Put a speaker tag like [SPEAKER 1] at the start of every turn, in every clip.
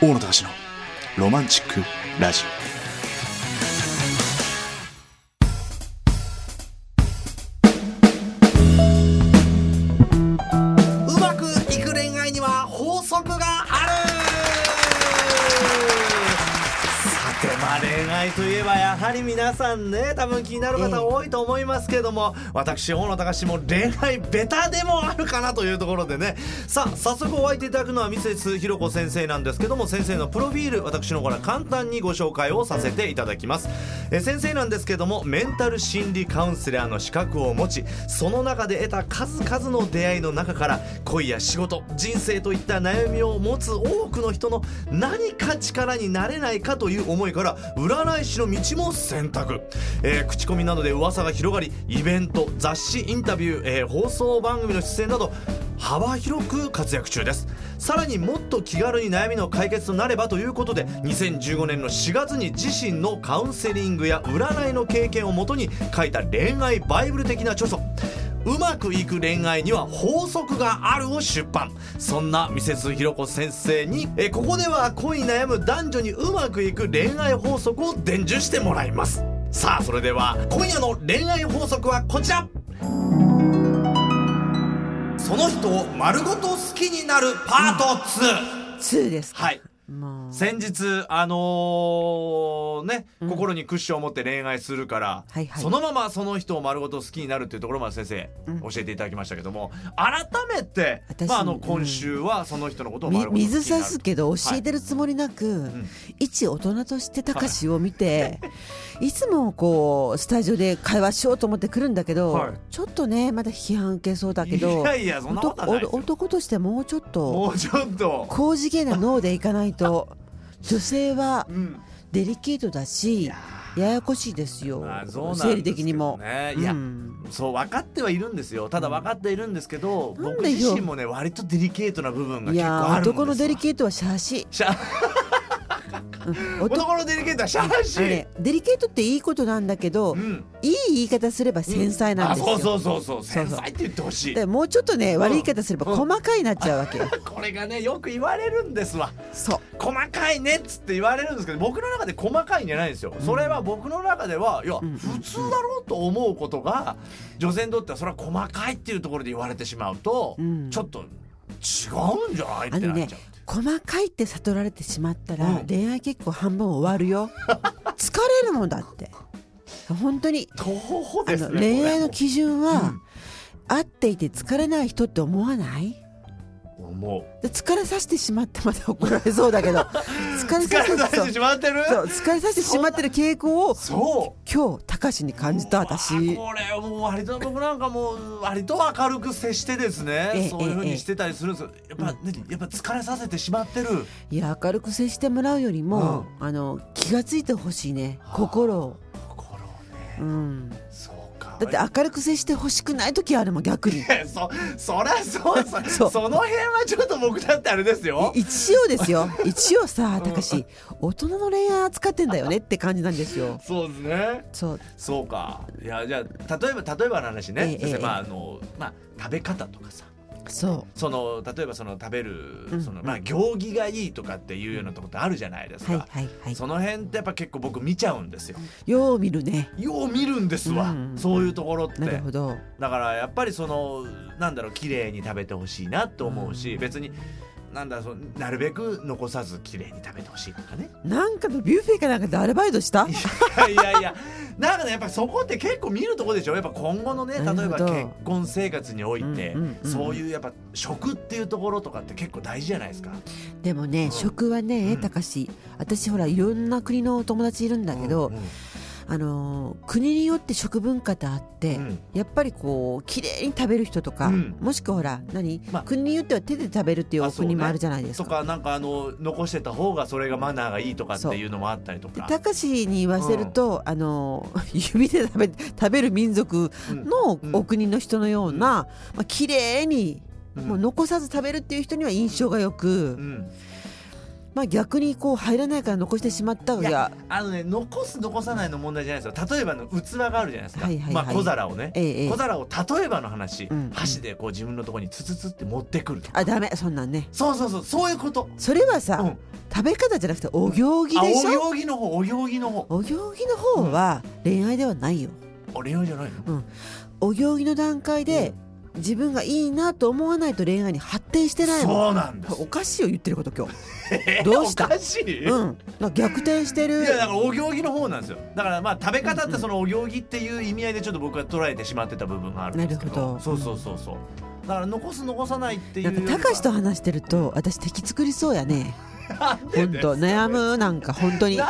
[SPEAKER 1] 大野隆のロマンチックラジ
[SPEAKER 2] うまくいく恋愛には法則があるさてまあ恋愛といえばやはり皆さんね多分気になる方多いと思いますけども、私大野隆も恋愛ベタでもあるかなというところでねさあ早速お相手いただくのはミセスひろこ先生なんですけども先生のプロフィール私の方から簡単にご紹介をさせていただきますえ先生なんですけどもメンタル心理カウンセラーの資格を持ちその中で得た数々の出会いの中から恋や仕事人生といった悩みを持つ多くの人の何か力になれないかという思いから占い師の道も選択、えー口コミなどで噂が広がりイベント雑誌インタビュー、えー放送番組の出演など幅広く活躍中ですさらにもっと気軽に悩みの解決となればということで2015年の4月に自身のカウンセリングや占いの経験をもとに書いた恋愛バイブル的な著書うまくいく恋愛には法則があるを出版そんなミセスひろこ先生にえここでは恋に悩む男女にうまくいく恋愛法則を伝授してもらいますさあそれでは今夜の恋愛法則はこちらその人を丸ごと好きになるパート2、
[SPEAKER 3] 2ですか。
[SPEAKER 2] はい
[SPEAKER 3] もう。
[SPEAKER 2] 先日あのーね、心にクッションを持って恋愛するから、
[SPEAKER 3] はいはい
[SPEAKER 2] そのままその人を丸ごと好きになるっていうところまで先生、
[SPEAKER 3] うん
[SPEAKER 2] 教えていただきましたけども改めて、
[SPEAKER 3] 私
[SPEAKER 2] まあ、あの
[SPEAKER 3] うん
[SPEAKER 2] 今週はその人のことを
[SPEAKER 3] み
[SPEAKER 2] 丸ごと好きになる
[SPEAKER 3] 水さすけど教えてるつもりなく、
[SPEAKER 2] ん
[SPEAKER 3] 一大人としてたかしを見て、い、つもこうスタジオで会話しようと思って来るんだけど、
[SPEAKER 2] はい
[SPEAKER 3] ちょっとねまだ批判受けそうだけど
[SPEAKER 2] いやいやそんなことはないです
[SPEAKER 3] 男
[SPEAKER 2] よ
[SPEAKER 3] 男としてもうちょっ
[SPEAKER 2] も
[SPEAKER 3] と
[SPEAKER 2] うちょっと、
[SPEAKER 3] 高次元な脳でいかないと女性は
[SPEAKER 2] うん
[SPEAKER 3] デリケートだしややこしいですよ、
[SPEAKER 2] まあそうなんですけどね
[SPEAKER 3] 生理的にも。
[SPEAKER 2] いや
[SPEAKER 3] うん
[SPEAKER 2] そう分かってはいるんですよただ分かっているんですけど、
[SPEAKER 3] なん
[SPEAKER 2] 僕
[SPEAKER 3] で
[SPEAKER 2] 自
[SPEAKER 3] よ
[SPEAKER 2] 身もね割とデリケートな部分が
[SPEAKER 3] い
[SPEAKER 2] 結構
[SPEAKER 3] や
[SPEAKER 2] あるんです
[SPEAKER 3] 男のデリケートはシャーシ
[SPEAKER 2] ート
[SPEAKER 3] ー
[SPEAKER 2] 男のデリケートはシャーシー
[SPEAKER 3] あのねデリケートっていいことなんだけど、
[SPEAKER 2] うん
[SPEAKER 3] いい言い方すれば繊細なんですよ、
[SPEAKER 2] あそうそうそうそう
[SPEAKER 3] そう
[SPEAKER 2] 繊
[SPEAKER 3] そう
[SPEAKER 2] 細って言ってほしい
[SPEAKER 3] でもうちょっとね悪い言い方すれば
[SPEAKER 2] うん
[SPEAKER 3] 細かいになっちゃう わけよ、
[SPEAKER 2] これがねよく言われるんですわ
[SPEAKER 3] そう
[SPEAKER 2] 細かいねっつって言われるんですけど僕の中で細かいんじゃないんですよそれは僕の中ではいや
[SPEAKER 3] ん
[SPEAKER 2] 普通だろうと思うことが女性にとってはそれは細かいっていうところで言われてしまうと、
[SPEAKER 3] うん
[SPEAKER 2] ちょっと違うんじゃないって
[SPEAKER 3] あ
[SPEAKER 2] な
[SPEAKER 3] の
[SPEAKER 2] っ
[SPEAKER 3] ね
[SPEAKER 2] ちゃう。
[SPEAKER 3] 細かいって悟られてしまったら、
[SPEAKER 2] うん
[SPEAKER 3] 恋愛結構半分終わ るよ疲れるもんだって本当に
[SPEAKER 2] 徒歩
[SPEAKER 3] あ
[SPEAKER 2] です
[SPEAKER 3] の
[SPEAKER 2] ね
[SPEAKER 3] 恋愛の
[SPEAKER 2] こ
[SPEAKER 3] 基準は、
[SPEAKER 2] うん
[SPEAKER 3] 会っていて疲れない人って思わない
[SPEAKER 2] れもう
[SPEAKER 3] で疲れさせてしまってまた怒られそう だけど疲れ
[SPEAKER 2] 疲
[SPEAKER 3] さ
[SPEAKER 2] れさ
[SPEAKER 3] せ
[SPEAKER 2] せて
[SPEAKER 3] て
[SPEAKER 2] しまってる
[SPEAKER 3] そう疲れさせてしまってる傾向を
[SPEAKER 2] そう
[SPEAKER 3] 今日高しに感じた私
[SPEAKER 2] うわこれもう割と僕なんかもう割と明るく接してですね、
[SPEAKER 3] ええ
[SPEAKER 2] そういうふうにしてたりするんですよやっぱ、何やっぱ疲れさせてしまってる
[SPEAKER 3] いや明るく接してもらうよりも、あの気がついてほしいね心を、
[SPEAKER 2] 心ね
[SPEAKER 3] うん、だ
[SPEAKER 2] そうか
[SPEAKER 3] って明るく接してほしくない時あるもん 逆にい
[SPEAKER 2] え そそらそうそ
[SPEAKER 3] そう
[SPEAKER 2] その辺はちょっと僕だってあれですよ
[SPEAKER 3] 一応ですよ一応さたかし大人の恋愛扱ってんだよねって感じなんですよ
[SPEAKER 2] そうですね
[SPEAKER 3] そう
[SPEAKER 2] そうかいやじゃあ例えば例えばの話ね、
[SPEAKER 3] え
[SPEAKER 2] 先
[SPEAKER 3] ええ
[SPEAKER 2] 生
[SPEAKER 3] え
[SPEAKER 2] まああのまあ食べ方とかさ
[SPEAKER 3] そ
[SPEAKER 2] その例えばその食べる、
[SPEAKER 3] うん
[SPEAKER 2] そのまあ行儀がいいとかっていうようなとこってあるじゃないです
[SPEAKER 3] うは
[SPEAKER 2] か、
[SPEAKER 3] いはいはい
[SPEAKER 2] その辺ってやっぱ結構僕見ちゃうんですよ
[SPEAKER 3] よう見るね
[SPEAKER 2] よう見るんですわ、
[SPEAKER 3] うん
[SPEAKER 2] そういうところって
[SPEAKER 3] なるほど
[SPEAKER 2] だからやっぱりそのなんだろう綺麗に食べてほしいなと思うし、別になんだろうそのなるべく残さず綺麗に食べてほしいとかね
[SPEAKER 3] なんかのビュッフェかなんかでアルバイトした
[SPEAKER 2] いやいやいやなんかねやっぱそこって結構見るとこでしょやっぱ今後のね例え
[SPEAKER 3] なる
[SPEAKER 2] ば
[SPEAKER 3] ほど
[SPEAKER 2] 結婚生活において、
[SPEAKER 3] うんうんうん
[SPEAKER 2] そういうやっぱ食っていうところとかって結構大事じゃないですか。
[SPEAKER 3] でもね食は
[SPEAKER 2] う
[SPEAKER 3] ね
[SPEAKER 2] ん
[SPEAKER 3] たかし私ほらいろんな国のお友達いるんだけど、
[SPEAKER 2] うんうん
[SPEAKER 3] あのー国によって食文化ってあって、
[SPEAKER 2] うん
[SPEAKER 3] やっぱりこう綺麗に食べる人とか、
[SPEAKER 2] うん
[SPEAKER 3] もしくはほら何、
[SPEAKER 2] まあ
[SPEAKER 3] 国によっては手で食べるっていう
[SPEAKER 2] あ
[SPEAKER 3] お
[SPEAKER 2] そうね
[SPEAKER 3] 国もあるじゃないです
[SPEAKER 2] と
[SPEAKER 3] か。
[SPEAKER 2] かなんかあの残してた方がそれがマナーがいいとかっていうのもあったりと
[SPEAKER 3] で
[SPEAKER 2] か。
[SPEAKER 3] たかしに言わせると、あのー 指で食べ食べる民族の
[SPEAKER 2] うん
[SPEAKER 3] お国の人のような、まあ綺麗に、
[SPEAKER 2] うん
[SPEAKER 3] もう残さず食べるっていう人には印象がよく、
[SPEAKER 2] うん
[SPEAKER 3] まあ、逆にこう入らないから残してしまった
[SPEAKER 2] い
[SPEAKER 3] が
[SPEAKER 2] やあのね残す残さないの問題じゃないですよ例えばの器があるじゃないですか、
[SPEAKER 3] はいはいはい
[SPEAKER 2] まあ、小皿をね、
[SPEAKER 3] ええええ
[SPEAKER 2] 小皿を例えばの話、
[SPEAKER 3] んうん
[SPEAKER 2] 箸でこう自分のところにツツツって持ってくると
[SPEAKER 3] あダメそんなんね
[SPEAKER 2] そうそうそうそういうこと
[SPEAKER 3] それはさ、
[SPEAKER 2] うん
[SPEAKER 3] 食べ方じゃなくてお行儀
[SPEAKER 2] あ
[SPEAKER 3] でしょ
[SPEAKER 2] お行儀の方お行儀の方
[SPEAKER 3] お行儀の方は恋愛ではないよ
[SPEAKER 2] あ恋愛じゃないの
[SPEAKER 3] お行儀の段階で自分がいいなと思わないと恋愛に発展してないもん
[SPEAKER 2] そうなんです
[SPEAKER 3] おかしいよ言ってること今日どうし
[SPEAKER 2] お
[SPEAKER 3] た
[SPEAKER 2] かしい、
[SPEAKER 3] うんなんか逆転してる
[SPEAKER 2] いやだからお行儀の方なんですよだからまあ食べ方ってそのお行儀っていう意味合いでちょっと僕は捉えてしまってた部分があるんですけど
[SPEAKER 3] なるほど
[SPEAKER 2] そうそうそうそうだから残す残さないっていう
[SPEAKER 3] な
[SPEAKER 2] よ
[SPEAKER 3] ん
[SPEAKER 2] りは
[SPEAKER 3] かたかしと話してると私敵作りそうやね本当悩むなんか本当に
[SPEAKER 2] な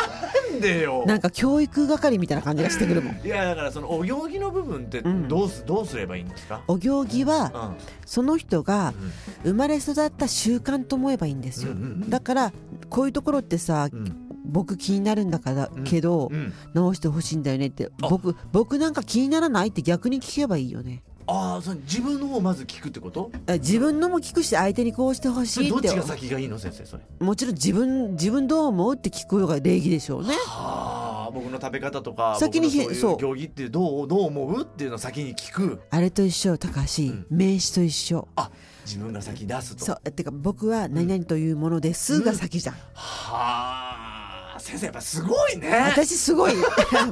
[SPEAKER 2] んでよ
[SPEAKER 3] なんか教育係みたいな感じがしてくるもん
[SPEAKER 2] いやだからそのお行儀の部分って
[SPEAKER 3] ん
[SPEAKER 2] どうす、どうすればいいんですか、
[SPEAKER 3] お行儀
[SPEAKER 2] う
[SPEAKER 3] は
[SPEAKER 2] ん
[SPEAKER 3] その人が生まれ育った習慣と思えばいいんですよ
[SPEAKER 2] うんうんうん
[SPEAKER 3] だからこういうところってさ
[SPEAKER 2] うん
[SPEAKER 3] 僕気になるんだからけど
[SPEAKER 2] うん、
[SPEAKER 3] 直してほしいんだよねって
[SPEAKER 2] あ
[SPEAKER 3] 僕僕なんか気にならないって逆に聞けばいいよね
[SPEAKER 2] ああその自分の方をまず聞くってこと
[SPEAKER 3] あ自分のも聞くし相手にこうしてほ
[SPEAKER 2] そ
[SPEAKER 3] し
[SPEAKER 2] れ
[SPEAKER 3] い
[SPEAKER 2] ど
[SPEAKER 3] っ
[SPEAKER 2] ってちが先がいいの先生それ
[SPEAKER 3] もちろん自分自分どう思うって聞くのが礼儀でしょうね
[SPEAKER 2] はあ僕の食べ方とか
[SPEAKER 3] 先にひ
[SPEAKER 2] 僕の
[SPEAKER 3] そ
[SPEAKER 2] そうういう行儀ってどうどう思うっていうのを先に聞く
[SPEAKER 3] あれと一緒高橋、
[SPEAKER 2] ん
[SPEAKER 3] 名詞と一緒
[SPEAKER 2] あ自分が先出すと
[SPEAKER 3] そうてか僕は何々というものですが先じゃん、
[SPEAKER 2] はあ先生やっぱすごいね
[SPEAKER 3] 私す ごい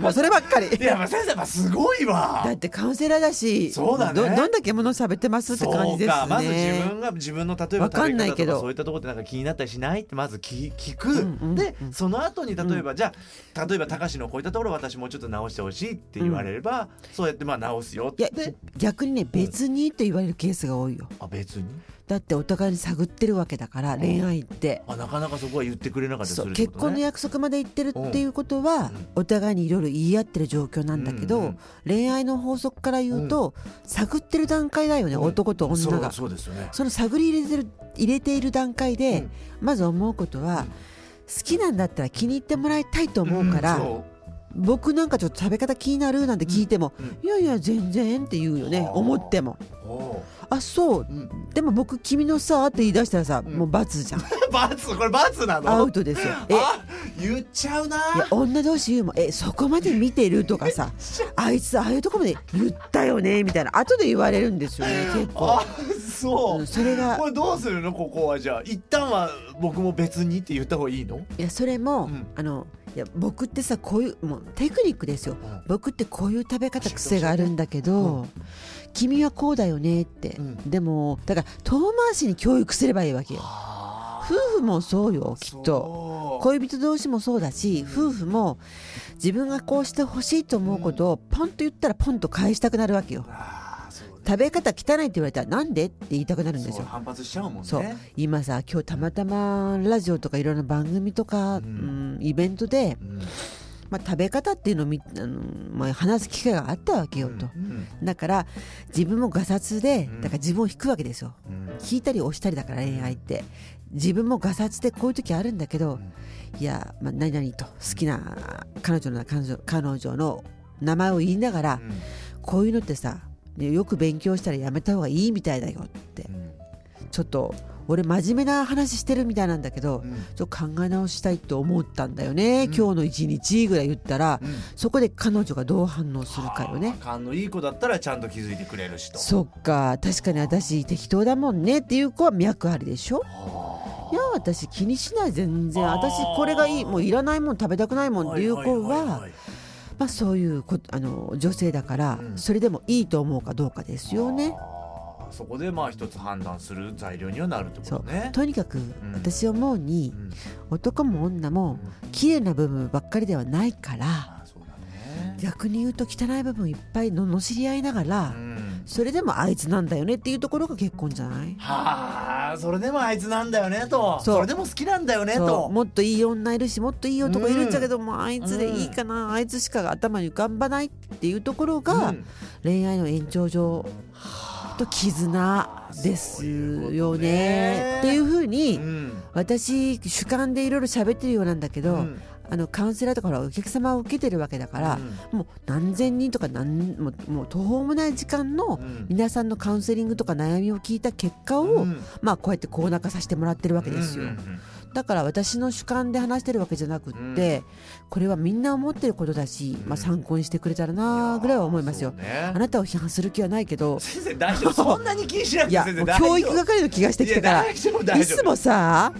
[SPEAKER 3] もうそればっかり
[SPEAKER 2] いややっぱ先生やっぱすごいわ
[SPEAKER 3] だってカウンセラーだし
[SPEAKER 2] そうだね
[SPEAKER 3] どどんだけもの喋ってますって感じですね
[SPEAKER 2] そうかまず自分が自分の例えば
[SPEAKER 3] わかん
[SPEAKER 2] 食
[SPEAKER 3] な
[SPEAKER 2] べ
[SPEAKER 3] い
[SPEAKER 2] 方
[SPEAKER 3] け
[SPEAKER 2] と
[SPEAKER 3] ど
[SPEAKER 2] かそういったところってなんか気になったりしないってまず聞聞く、
[SPEAKER 3] んうんうん
[SPEAKER 2] でその後に例えば、じゃあ例えば高志のこういったところ私もうちょっと直してほしいって言われれば、そうやってまあ直すよっ
[SPEAKER 3] いや
[SPEAKER 2] て
[SPEAKER 3] 逆にね別にと言われるケースが多いよ
[SPEAKER 2] あ別に
[SPEAKER 3] だってお互いに探ってるわけだから恋愛って。
[SPEAKER 2] あなかなかそこは言ってくれなかったりす
[SPEAKER 3] そう
[SPEAKER 2] るって
[SPEAKER 3] 結
[SPEAKER 2] こと
[SPEAKER 3] 婚の
[SPEAKER 2] ね
[SPEAKER 3] 約束まで行ってるっていうことは、お互いにいろいろ言い合ってる状況なんだけど、
[SPEAKER 2] うんうん
[SPEAKER 3] 恋愛の法則から言うと、探ってる段階だよね、
[SPEAKER 2] うん
[SPEAKER 3] 男と女が
[SPEAKER 2] そうそうですよね
[SPEAKER 3] その探り入れてる入れている段階で、
[SPEAKER 2] うん
[SPEAKER 3] まず思うことは、好きなんだったら気に入ってもらいたいと思うから、
[SPEAKER 2] んそ
[SPEAKER 3] 僕なんかちょっと食べ方気になるなんて聞いても、
[SPEAKER 2] うん
[SPEAKER 3] いやいや全然って言うよね
[SPEAKER 2] はあ
[SPEAKER 3] 思っても
[SPEAKER 2] うおう
[SPEAKER 3] あそう、
[SPEAKER 2] うん
[SPEAKER 3] でも僕君のさって言い出したらさ、もう 罰じゃん
[SPEAKER 2] 罰これ罰なの
[SPEAKER 3] アウトですよえ
[SPEAKER 2] あ言っちゃうない
[SPEAKER 3] や女同士言うもんえそこまで見てるとか さあいつああいうとこまで言ったよねみたいな後で言われるんですよね結構
[SPEAKER 2] あそう、
[SPEAKER 3] うんそれが
[SPEAKER 2] これどうするのここはじゃあ一旦は僕も別にって言った方がいいの
[SPEAKER 3] いやそれも、
[SPEAKER 2] うん
[SPEAKER 3] あのいや僕ってさこういうもうテクニックですよ、
[SPEAKER 2] うん
[SPEAKER 3] 僕ってこういう食べ方癖があるんだけど、君はこうだよねって、
[SPEAKER 2] ん
[SPEAKER 3] でもだから遠回しに教育すればいいわけよ
[SPEAKER 2] あ
[SPEAKER 3] 夫婦もそうよきっと
[SPEAKER 2] と
[SPEAKER 3] 恋人同士もそうだし夫婦も自分がこうしてほしいと思うことをポンと言ったらポンと返したくなるわけよ
[SPEAKER 2] あーそうね
[SPEAKER 3] 食べ方汚いって言われたらなんでって言いたくなるんです
[SPEAKER 2] そう
[SPEAKER 3] よ
[SPEAKER 2] 反発しちゃうもんね
[SPEAKER 3] そう今さ今日たまたまラジオとかいろんな番組とか、
[SPEAKER 2] ん
[SPEAKER 3] うんイベントで、
[SPEAKER 2] うん
[SPEAKER 3] まあ、食べ方っていうのをみあの、まあ、話す機会があったわけよと、
[SPEAKER 2] うん
[SPEAKER 3] だから自分もがさつで
[SPEAKER 2] うん
[SPEAKER 3] だから自分を引くわけですよ
[SPEAKER 2] うん
[SPEAKER 3] 引いたり押したりだから恋愛って自分もがさつでこういう時あるんだけど、いや、まあ、何々と好きな彼女の彼女彼女の名前を言いながら、
[SPEAKER 2] うん
[SPEAKER 3] こういうのってさねよく勉強したらやめた方がいいみたいだよって
[SPEAKER 2] うん
[SPEAKER 3] ちょっと俺真面目な話してるみたいなんだけど、
[SPEAKER 2] うん
[SPEAKER 3] ちょっと考え直したいと思ったんだよね、今日の一日ぐらい言ったら、
[SPEAKER 2] ん
[SPEAKER 3] そこで彼女がどう反応するかよね
[SPEAKER 2] あー勘のいい子だったらちゃんと気づいてくれるしと
[SPEAKER 3] そっか確かに私適当だもんねっていう子は脈ありでしょいや私気にしない全然
[SPEAKER 2] あー
[SPEAKER 3] 私これがいいもういらないもん食べたくないもんっていう子
[SPEAKER 2] い
[SPEAKER 3] はまあそういうことあの女性だから、
[SPEAKER 2] うん
[SPEAKER 3] それでもいいと思うかどうかですよね。
[SPEAKER 2] あーそこでまあ一つ判断する材料にはなるってこ
[SPEAKER 3] そ
[SPEAKER 2] と
[SPEAKER 3] う
[SPEAKER 2] ね
[SPEAKER 3] とにかく私思うに
[SPEAKER 2] うん
[SPEAKER 3] 男も女も綺麗な部分ばっかりではないから
[SPEAKER 2] あーそうだね
[SPEAKER 3] 逆に言うと汚い部分いっぱい罵り合いながら
[SPEAKER 2] うん
[SPEAKER 3] それでもあいつなんだよねっていうところが結婚じゃない
[SPEAKER 2] はあそれでもあいつなんだよねと
[SPEAKER 3] そう
[SPEAKER 2] それでも好きなんだよね
[SPEAKER 3] そう
[SPEAKER 2] と
[SPEAKER 3] もっといい女いるしもっといい男いるんだけど、もうあいつでいいかな、あいつしか頭に浮かんばないっていうところが、
[SPEAKER 2] うん
[SPEAKER 3] 恋愛の延長上と絆ですよね
[SPEAKER 2] そう
[SPEAKER 3] って
[SPEAKER 2] い
[SPEAKER 3] いううふうに、
[SPEAKER 2] うん
[SPEAKER 3] 私主観でいろいろ喋ってるようなんだけど、
[SPEAKER 2] うん
[SPEAKER 3] あのカウンセラーとかほらお客様を受けてるわけだから、もう何千人とか何もうもう途方もない時間の
[SPEAKER 2] うん
[SPEAKER 3] 皆さんのカウンセリングとか悩みを聞いた結果を、
[SPEAKER 2] うん
[SPEAKER 3] まあこうやってコーナー化させてもらってるわけですよ。
[SPEAKER 2] うんうんうん
[SPEAKER 3] だから私の主観で話してるわけじゃなくって、これはみんな思ってることだし、まあ、参考にしてくれたらなぐらいは思いますよ
[SPEAKER 2] そう。ね
[SPEAKER 3] あなたを批判する気はないけど
[SPEAKER 2] 先生 大丈夫そんなに気にしなく
[SPEAKER 3] い
[SPEAKER 2] て
[SPEAKER 3] や
[SPEAKER 2] 先
[SPEAKER 3] も
[SPEAKER 2] 生
[SPEAKER 3] う
[SPEAKER 2] 大丈夫
[SPEAKER 3] 教育係の気がしてきたか
[SPEAKER 2] いや大丈夫大
[SPEAKER 3] ら
[SPEAKER 2] 丈夫
[SPEAKER 3] いつもさ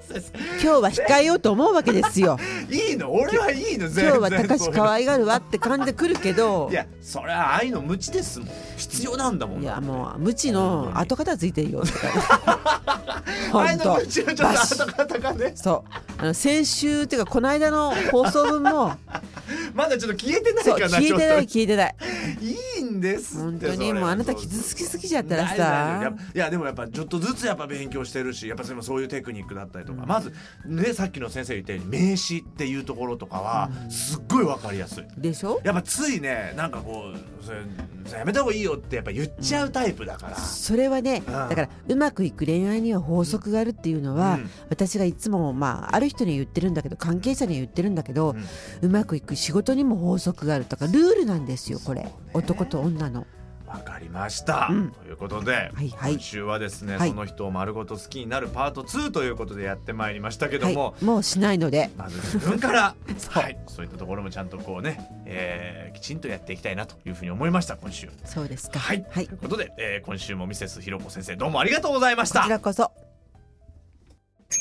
[SPEAKER 2] 先生
[SPEAKER 3] 今日は控えようと思うわけですよ。
[SPEAKER 2] いいの俺はいいの 全然
[SPEAKER 3] 今日は高
[SPEAKER 2] そう
[SPEAKER 3] し
[SPEAKER 2] いうの
[SPEAKER 3] 可愛がるわって感じで来るけど
[SPEAKER 2] いやそれは愛の無知ですもん必要なんだもん
[SPEAKER 3] いやもう無知の後片付いてるよとか
[SPEAKER 2] 愛
[SPEAKER 3] 本
[SPEAKER 2] の
[SPEAKER 3] 当
[SPEAKER 2] 無知はちょっと跡形がね
[SPEAKER 3] そうあの先週っていうかこの間の放送分 も
[SPEAKER 2] まだちょっと消えてない
[SPEAKER 3] そう
[SPEAKER 2] かな
[SPEAKER 3] 聞いてない
[SPEAKER 2] ち
[SPEAKER 3] 聞いてない
[SPEAKER 2] ょっといいんですって
[SPEAKER 3] 本当
[SPEAKER 2] そ
[SPEAKER 3] に
[SPEAKER 2] れ
[SPEAKER 3] もうあなた傷つきすぎちゃったら
[SPEAKER 2] 大丈夫やっ
[SPEAKER 3] さ
[SPEAKER 2] ぱいやでもやっぱちょっとずつやっぱ勉強してるしやっぱそれもそういうテクニックだったりとか、まずねさっきの先生言ったように名詞っていうところとかはすっごいわかりやすい。
[SPEAKER 3] でしょ
[SPEAKER 2] やっぱついねなんかこうそれそれやめた方がいいよってやっぱ言っちゃうタイプだから、
[SPEAKER 3] それはねだからうまくいく恋愛には法則があるっていうのは、
[SPEAKER 2] うん
[SPEAKER 3] 私がいつもまあある人には言ってるんだけど関係者には言ってるんだけど、うまくいく仕事にも法則があるとかルールなんですよこれ、男と女の。
[SPEAKER 2] わかりました、
[SPEAKER 3] うん
[SPEAKER 2] ということで、
[SPEAKER 3] はいはい
[SPEAKER 2] 今週はですね、
[SPEAKER 3] はい
[SPEAKER 2] その人を丸ごと好きになるパート2ということでやってまいりましたけど
[SPEAKER 3] はい、
[SPEAKER 2] も、
[SPEAKER 3] もうしないので
[SPEAKER 2] まず自分からはい、 そういったところもちゃんとこうね、えーきちんとやっていきたいなというふうに思いました今週。
[SPEAKER 3] そうですか
[SPEAKER 2] はい、
[SPEAKER 3] はい、
[SPEAKER 2] とい
[SPEAKER 3] こ
[SPEAKER 2] うことで、えー今週もミセスひろこ先生どうもありがとうございました
[SPEAKER 3] ちらこそ